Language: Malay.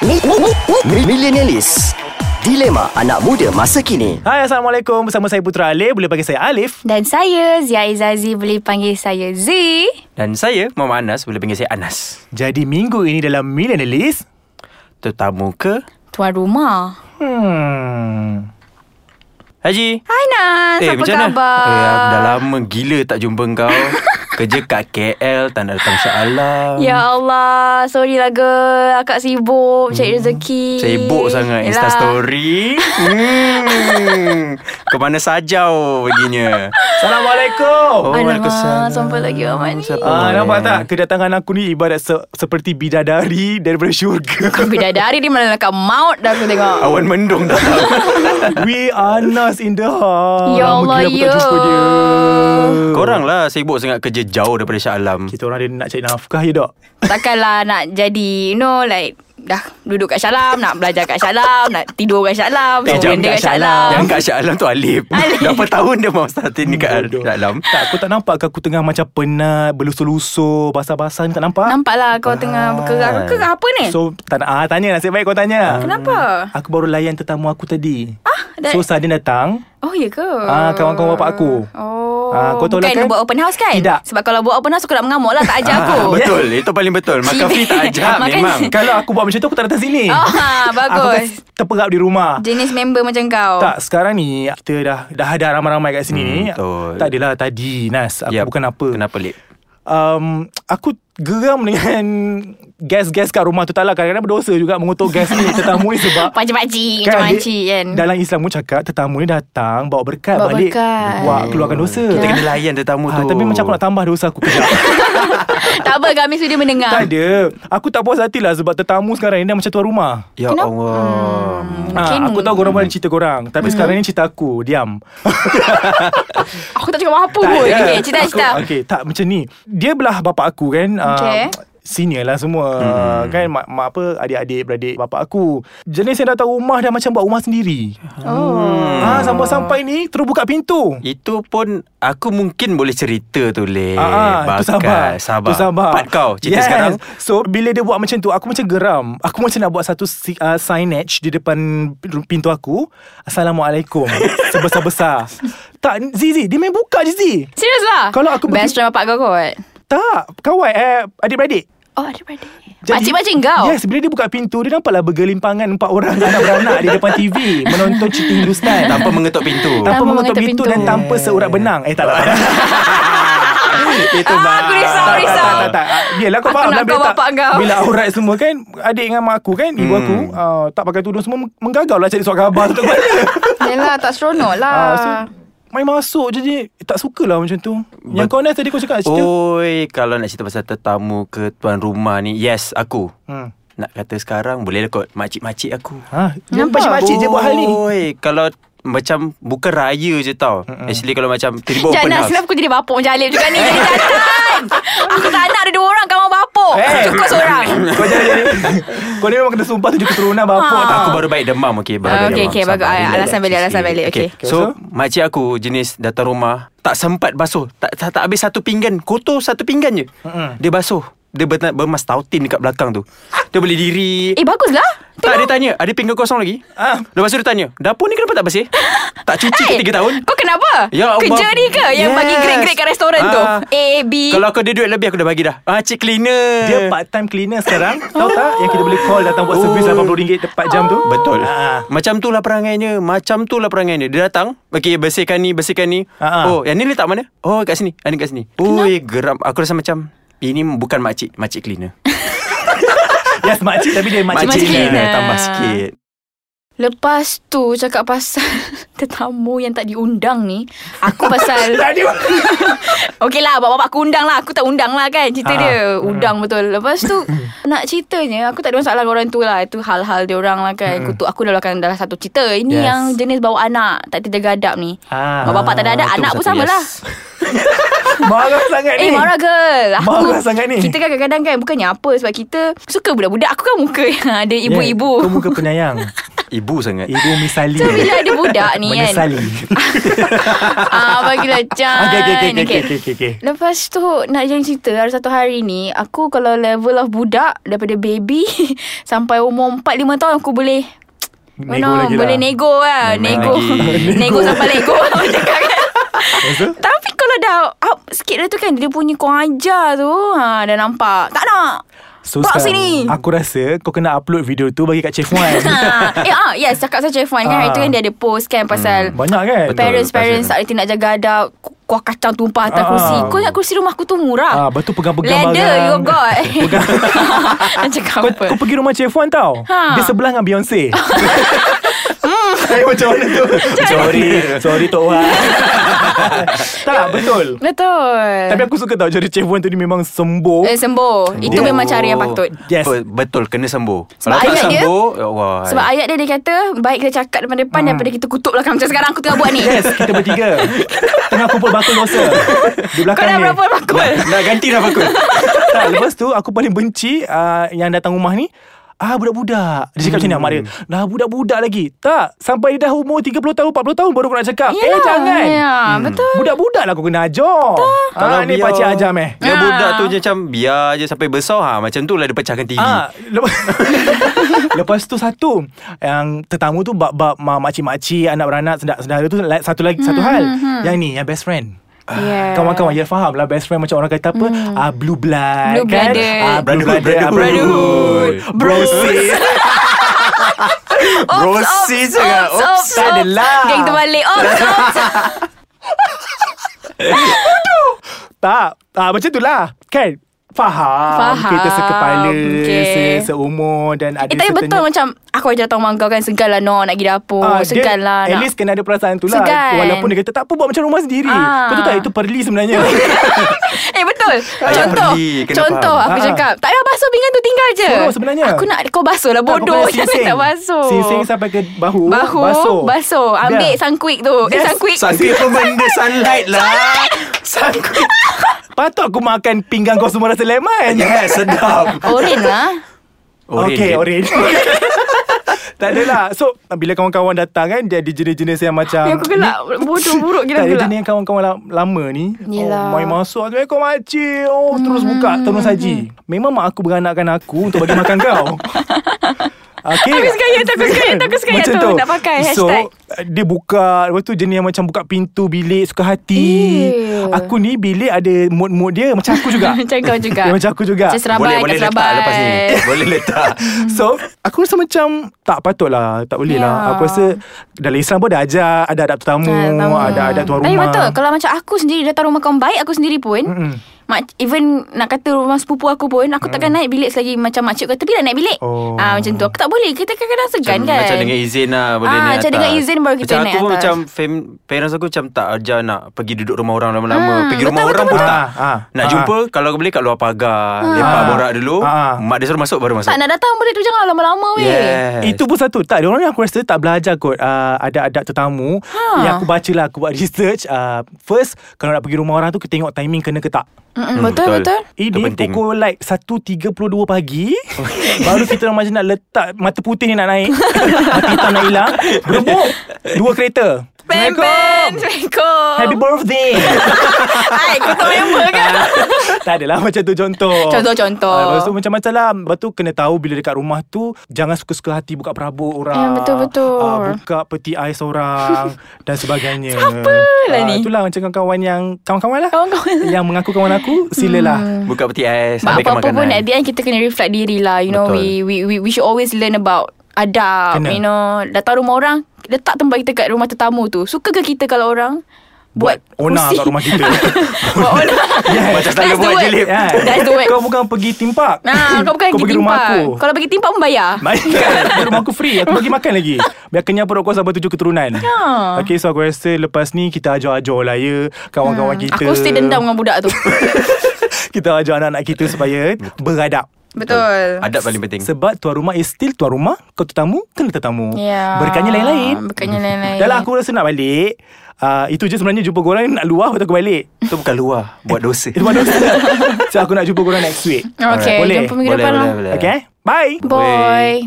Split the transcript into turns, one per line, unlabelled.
Mi- mi- mi- Millenialis Dilema anak muda masa kini
Hai Assalamualaikum Bersama saya Putra Alif Boleh panggil saya Alif
Dan saya Zia Izazi Boleh panggil saya Z
Dan saya, Mama Anas, boleh panggil saya Anas.
Jadi minggu ini dalam Millenialis
Tetamu ke?
Tuan rumah
Hmm
Haji.
Hai Nas Apa khabar?
Eh, aku dah lama gila tak jumpa kau. Kerja kat KL, tak nak datang insyaAllah.
Ya Allah Sorry lah girl Akak sibuk Cari rezeki
Hmm. Sibuk sangat Insta story. Hmm. Ke mana saja oh perginya. Oh.
Assalamualaikum
Alamak,
Waalaikumsalam.
sampai lagi orang ni.
Siapa
Ah,
orang?
nampak tak kedatangan aku ni ibarat se- seperti bidadari daripada syurga.
Bidadari dia malah kat maut Dah aku tengok
Awan mendung dah tahu.
We are Nas in the heart.
Ya Allah,
Lama gila aku tak
ya.
jumpa dia.
Korang lah sibuk sangat kerja jauh daripada Shah Alam.
Kita orang dia nak cari nafkah ya dok?
Takkanlah nak jadi You know like Dah duduk kat Syalam Nak belajar kat Syalam Nak tidur kat Syalam semua
Eh, jap,
benda
kat
kat Syalam
Yang kat Shah Alam tu Alif.
Ah. Alif.
Berapa tahun dia mau start ni kat
Bodoh.
Shah Alam?
Tak, aku tak nampak ke aku tengah macam penat, berlusur-lusur, basah-basah ni tak nampak?
Nampaklah lah kau
Ah.
tengah bergerak Kau gerak apa ni?
So, tak nak, ah, tanya nasib baik kau tanya.
Kenapa?
Aku baru layan tetamu aku tadi. Ah,
dah-
so, sudden datang.
Oh ya ke?
Ah, kawan-kawan bapak aku.
Oh.
Ah, kau tolak kan?
Bukan buat open house kan?
Tidak.
Sebab kalau buat open house aku nak mengamuk lah tak ajak aku.
Ah, betul. Itu paling betul. Makan free tak ajak
Makan-
memang.
Hmm. Kalau aku buat macam tu, aku tak datang sini.
Oh, ha,
Aku kan
bagus.
terperap di rumah.
Jenis member macam kau.
Tak, sekarang ni kita dah dah ada ramai-ramai kat sini ni.
Hmm, betul.
Tak adalah tadi, Nas. Aku
Yap.
bukan apa.
Kenapa lip?
Um, aku geram dengan gas-gas kat rumah tu. Taklah kadang-kadang berdosa juga mengutuk gas ni tetamu ni sebab
Pakcik-pakcik macam
dia-
makcik kan.
Dalam Islam pun cakap tetamu ni datang bawa berkat
Bawa
balik.
berkat.
Buat keluarkan dosa.
Kita kena layan tetamu
Ha,
tu.
tapi macam aku nak tambah dosa aku kejap
tak apa kami sudah mendengar.
Tak ada Aku tak puas hati lah Sebab tetamu sekarang ni Dah macam tuan rumah
Ya
Kenapa?
Allah.
Mungkin- Hmm.
ha, Aku tahu korang boleh cerita korang Tapi sekarang ni cerita aku Diam
Aku tak cakap apa pun.
ada.
Oh, Okey, cerita-cerita.
ya. eh, Aku- Okey, tak macam ni. Dia belah bapak aku kan.
Okey.
Uh, senior lah semua. Hmm. Kan mak, mak apa adik-adik beradik bapak aku. Jenis yang datang rumah dah macam buat rumah sendiri.
Oh.
Ah sampai-sampai ni terus buka pintu.
Itu pun aku mungkin boleh cerita tu lip.
Ah, ah, tu sabar.
Bakal. Sabar.
Tu sabar.
Part kau cerita
yes.
sekarang.
So bila dia buat macam tu aku macam geram. Aku macam nak buat satu si- uh, signage di depan pintu aku. Assalamualaikum. Sebesar-besar. tak Zizi, dia main buka je Zizi.
Serius lah?
Kalau aku
Best friend bapak kau kot.
Tak, kawan eh adik-beradik.
Oh, ada beradik.
Jadi-
Pakcik-pakcik kau?
Yes, bila dia buka pintu Dia nampaklah bergelimpangan Empat orang anak beranak Di depan TV Menonton cerita Hindustan
Tanpa mengetuk pintu.
tanpa
Tanpa
mengetuk
mengetuk
pintu
pintu.
Dan tanpa seurat benang Eh tak tak tak
Itu
Ah,
bang.
aku risau,
Tak, tak,
lah. tak,
risau.
tak, tak, tak.
tak, tak. Biarlah kau
Aku
faham
nak
lah bila
kau
tak-
bapak kau.
Bila aurat semua kan Adik dengan mak aku kan
Hmm.
Ibu aku uh, Tak pakai tudung semua meng- Menggagau lah cari surat khabar tu kat mana
Yelah, tak seronok lah.
Ah, so, Main masuk je je Tak sukalah macam tu Yang
Bet-
kau Nas tadi kau cakap cerita
Oh. Oi, kalau nak cerita pasal tetamu ke tuan rumah ni, yes, aku.
Hmm.
Nak kata sekarang boleh lah kot makcik-makcik aku.
Ha, dia
Nampak?
pakcik-pakcik je buat hal ni
Oi, kalau macam bukan raya je tau. Actually kalau macam tiba open
Jangan
house.
silap aku jadi bapuk macam Alif juga ni Jadi jantan Aku tak nak ada dua orang kawan bapuk
Eh.
Cukup seorang
Kau jangan jadi Kau ni memang kena sumpah Tujuh keturunan bapak
Ah.
tak
Aku baru baik demam Okay
Ah,
baru
okey,
baik demam
okey,
Sabar,
bagus. Ah,
relax,
alasan balik,
relax
alasan
sikit.
balik,
Okey,
okey.
So makcik aku Jenis datang rumah Tak sempat basuh Tak tak, tak habis satu pinggan Kotor satu pinggan je Dia basuh Dia ber, bermas tautin Dekat belakang tu Dia boleh diri
Eh baguslah
Tak dia tanya Ada pinggan kosong lagi
Ah.
Lepas tu dia tanya Dapur ni kenapa tak bersih Tak cuci ke tiga tahun
Eh, Kau kenapa?
Ya Allah
Kerja ni ke Yang
Yes.
bagi grade-grade kat restoran tu
Ah.
A, B
Kalau aku ada duit lebih Aku dah bagi dah ah, Cik cleaner
Dia part time cleaner sekarang Tahu
Oh.
tak Yang kita boleh call Datang buat
Oh.
servis RM80 tepat jam tu
Betul
Ah.
Macam tu lah perangainya Macam tu lah perangainya Dia datang Okay bersihkan ni Bersihkan ni
Ah, ah.
Oh yang ni letak mana Oh kat sini Yang ni kat sini Ui geram Aku rasa macam Ini bukan makcik Makcik cleaner
Yes makcik Tapi dia makcik,
Makcik
cleaner.
cleaner.
Tambah sikit
Lepas tu cakap pasal Tetamu yang tak diundang ni Aku pasal
Tak dia
Okey lah Bapak-bapak aku undang lah Aku tak undang lah kan Cerita
Ah.
dia Udang betul Lepas tu Nak ceritanya Aku tak ada masalah dengan orang tu lah Itu hal-hal dia orang lah kan Kutuk aku dalam kan Dalam satu cerita Ini
Hmm. Yes.
yang jenis bawa anak Tak terjaga adab ni
Ah.
Bapak-bapak tak ada adab
Ah, tu
Anak pun
satu
sama
yes.
lah
Marah sangat ni
Eh marah girl aku,
Marah sangat ni.
Kita kan kadang-kadang kan Bukannya apa Sebab kita Suka budak-budak Aku kan muka yang Ada ibu-ibu
Kau muka penyayang
Ibu sangat
Ibu misali
So bila ada budak ni kan
Menyesali
Ah, bagilah Chan
Okay, okay, okay, okay, okay, okay, okay.
Lepas tu nak jangan cerita Hari satu hari ni Aku kalau level of budak Daripada baby Sampai umur 4-5 tahun Aku boleh
Nego
no,
lagi lah.
Boleh nego lah Nego
Memang lagi.
Nego sampai lego Orang cakap kan
Lepas tu?
Tapi kalau dah up sikit dah tu kan Dia punya kau ajar tu ha, Dah nampak Tak nak
So
Bawa
sekarang
sini
Aku rasa Kau kena upload video tu Bagi kat Chef Wan
ha. Eh ah, yes Cakap pasal Chef Wan kan
Ah.
Hari tu kan dia ada post kan Pasal
Banyak kan
Betul.
Parents-parents tak
pasal-
reti nak jaga adab Ku- Kuah kacang tumpah atas
Ah.
kursi Kau ingat kursi rumah aku tu murah
Ah, Lepas tu pegang-pegang
Ladder
barang
you got Pegang Cakap
kau,
apa
kau pergi rumah Chef Wan tau
Ha. Oh,
Dia sebelah dengan Beyonce Saya macam mana tu Sorry Sorry Tok Wan Tak betul
Betul
Tapi aku suka tau Jadi Chef Wan tu ni memang sembuh
Eh sembuh Itu
Dia-
memang cara yang patut
Yes.
Be- Betul kena sembuh
Sebab
Kalau tak
ayat dia-
sembuh ya Allah
Sebab ayat dia dia kata Baik kita cakap depan-depan Daripada kita kutuk belakang Macam sekarang aku tengah buat ni
Hmm. Yes Eh, Kita bertiga Tengah kumpul bakul dosa Di
Kau
belakang
dah
ni
berapa bakul
Nak ganti dah bakul
tak, lepas tu aku paling benci uh, yang datang rumah ni Ah budak-budak Dia cakap macam ni
Hmm.
mak dia Lah budak-budak lagi Tak Sampai dia dah umur 30 tahun 40 tahun Baru kau nak cakap Eh
Yelah,
jangan Hmm.
ya, betul.
Budak-budak lah kau kena ajar
Kalau
Ah, Ni
biar-
pakcik ajar meh
Ya
Ah.
budak tu je macam Biar je sampai besar ha, Macam tu lah dia pecahkan TV
Ah, lepas, lepas tu satu yang tetamu tu bab-bab ma- makcik-makcik, anak beranak, sedara, sedara tu la- satu lagi satu
Hmm,
hal. Yang ni yang best friend.
Yeah.
Kawan-kawan Ya faham lah Best friend macam orang kata apa hmm. ah, Blue blood
Blue
kan?
blooded.
Ah, Blue
Brotherhood,
blooded, ah,
brotherhood.
Bro sis
Rosis sangat
Ops, ops,
kan? tak ada
ops.
lah.
Geng terbalik Ops, ops
Tak ah, Macam tu lah Kan Faham,
Faham,
Kita sekepala
okay.
se- Seumur Dan ada
Eh tapi betul
certain-
macam Aku ajar tau mangkau kan Segan lah no Nak pergi dapur
Ah, dia
Segan lah
At
nak-
least kena ada perasaan tu lah
Segan.
Walaupun dia kata Tak apa buat macam rumah sendiri
Ah.
Betul tak itu perli sebenarnya
Eh betul Contoh
pergi, kena
Contoh
faham.
aku
Ha-ha.
cakap Tak payah basuh pinggan tu tinggal je
Ah. Suruh sebenarnya.
Aku nak kau basuh lah Bodoh Jangan tak basuh
Sing-sing sampai ke bahu
Bahu
Basuh
Basuh Ambil
Dah.
sangkuik tu Eh
Yes,
sangkuik
Sangkut pun benda sunlight lah Sangkut
Patut aku makan pinggan kau semua rasa lemon
Yes sedap
Oren lah
Orange.
Okay orange Tak adalah So bila kawan-kawan datang kan Dia ada jenis-jenis yang macam
Eh, Aku gelak Bodoh
Um, Tak
buruk gila
ada
gelak
jenis yang kawan-kawan la- lama ni
Yelah. Hmm.
Oh main masuk Assalamualaikum makcik Oh terus buka Terus saji Memang mak aku beranakkan aku Untuk bagi makan kau Okay.
Aku suka ayat tu, aku suka ayat tu, aku suka ayat
Macam
tu. Nak pakai
So
hashtag.
dia buka Lepas tu jenis yang macam Buka pintu bilik Suka hati
Eh.
Aku ni bilik ada Mood-mood dia Macam aku juga
Macam kau juga
Ya, Macam aku juga
Macam serabai kat
Boleh
Kan,
boleh letak
serabai.
lepas ni Boleh letak
So Aku rasa macam Tak patut lah Tak boleh
Mm. Ya.
lah Aku rasa Dalam Islam pun ada ajar Ada adab tetamu
Ah, tahu.
Oh, Ada adab tuan rumah
Tapi betul Kalau macam aku sendiri Datang rumah kawan baik Aku sendiri pun
Mm-mm.
Mak, even nak kata rumah sepupu aku pun Aku takkan naik bilik selagi Macam makcik kata Bila naik bilik
Oh.
ah, Macam tu Aku tak boleh Kita kadang-kadang segan
macam,
kan
macam dengan izin lah Boleh
Ah,
naik
macam
atas.
dengan izin baru kita
macam
naik
aku pun
atas.
Macam fam, parents aku macam tak ajar nak Pergi duduk rumah orang lama-lama
Hmm,
Pergi rumah
betul,
orang
betul,
pun
betul.
tak
Ah, ah,
Nak
ah.
jumpa Kalau boleh kat luar pagar Lepak borak dulu
Ah.
Mak dia suruh masuk baru masuk
Tak nak datang boleh tu Jangan lama-lama weh
Yes.
Itu pun satu Tak, diorang ni aku rasa tak belajar kot uh, Ada adab tetamu
Ha.
Yang aku baca lah Aku buat research uh, First Kalau nak pergi rumah orang tu Kita tengok timing kena ke tak
Mm-mm,
Hmm,
Betul betul
betul. Itu
Ini
penting.
pukul like 1.32 pagi Baru kita orang macam nak letak Mata putih ni nak naik Mata hitam nak hilang Berebut Dua kereta
Pen pen Assalamualaikum
Happy birthday
Hai Kau tak member kan
Ah, Tak adalah macam tu contoh
Contoh-contoh.
Ah, Lepas tu macam-macam lah Lepas tu kena tahu Bila dekat rumah tu Jangan suka-suka hati Buka perabot orang
Ya, betul-betul.
Ah, Buka peti ais orang Dan sebagainya Siapa
lah ni? Oh.
Itulah macam kawan-kawan yang Kawan-kawan lah
Kawan-kawan.
Yang mengaku kawan aku
Hmm.
Silalah
Buka peti ais
Sebab
Sampaikan
apa-apa pun
makanan
At the end kita kena reflect diri lah You know we,
Betul.
we, we, we should always learn about Adab
Kena.
You know Datang rumah orang Letak tempat kita kat rumah tetamu tu Suka ke kita kalau orang Buat,
Ona
kursi?
kat rumah kita
Buat ona
Macam
That's
selalu
the
buat
word.
je Lip
Kan?
That's the word
Kau bukan pergi timpak
Nah, kau bukan
Kau pergi rumah
timpak.
aku
Kalau pergi timpak pun bayar
Baik kan Rumah aku free Aku bagi makan lagi Biar kenyang perut kau Sampai tujuh keturunan
Ya.
Okay so aku rasa Lepas ni kita ajar-ajar lah ya Kawan-kawan kita
Hmm. Aku stay dendam dengan budak tu
Kita ajar anak-anak kita Supaya beradab
Betul
Adab paling penting
Sebab tuan rumah is still tuan rumah Kau tetamu Kena tetamu
Ya.
Berkatnya lain-lain
Berkatnya lain-lain
Dah lah aku rasa nak balik uh, Itu je sebenarnya Jumpa korang nak luar Lepas tu aku balik
Itu bukan luar Buat dosa
Itu mana So aku nak jumpa korang next week
Okay
Boleh.
Jumpa minggu
Boleh,
depan lah
boleh, boleh.
Okay Bye
Boy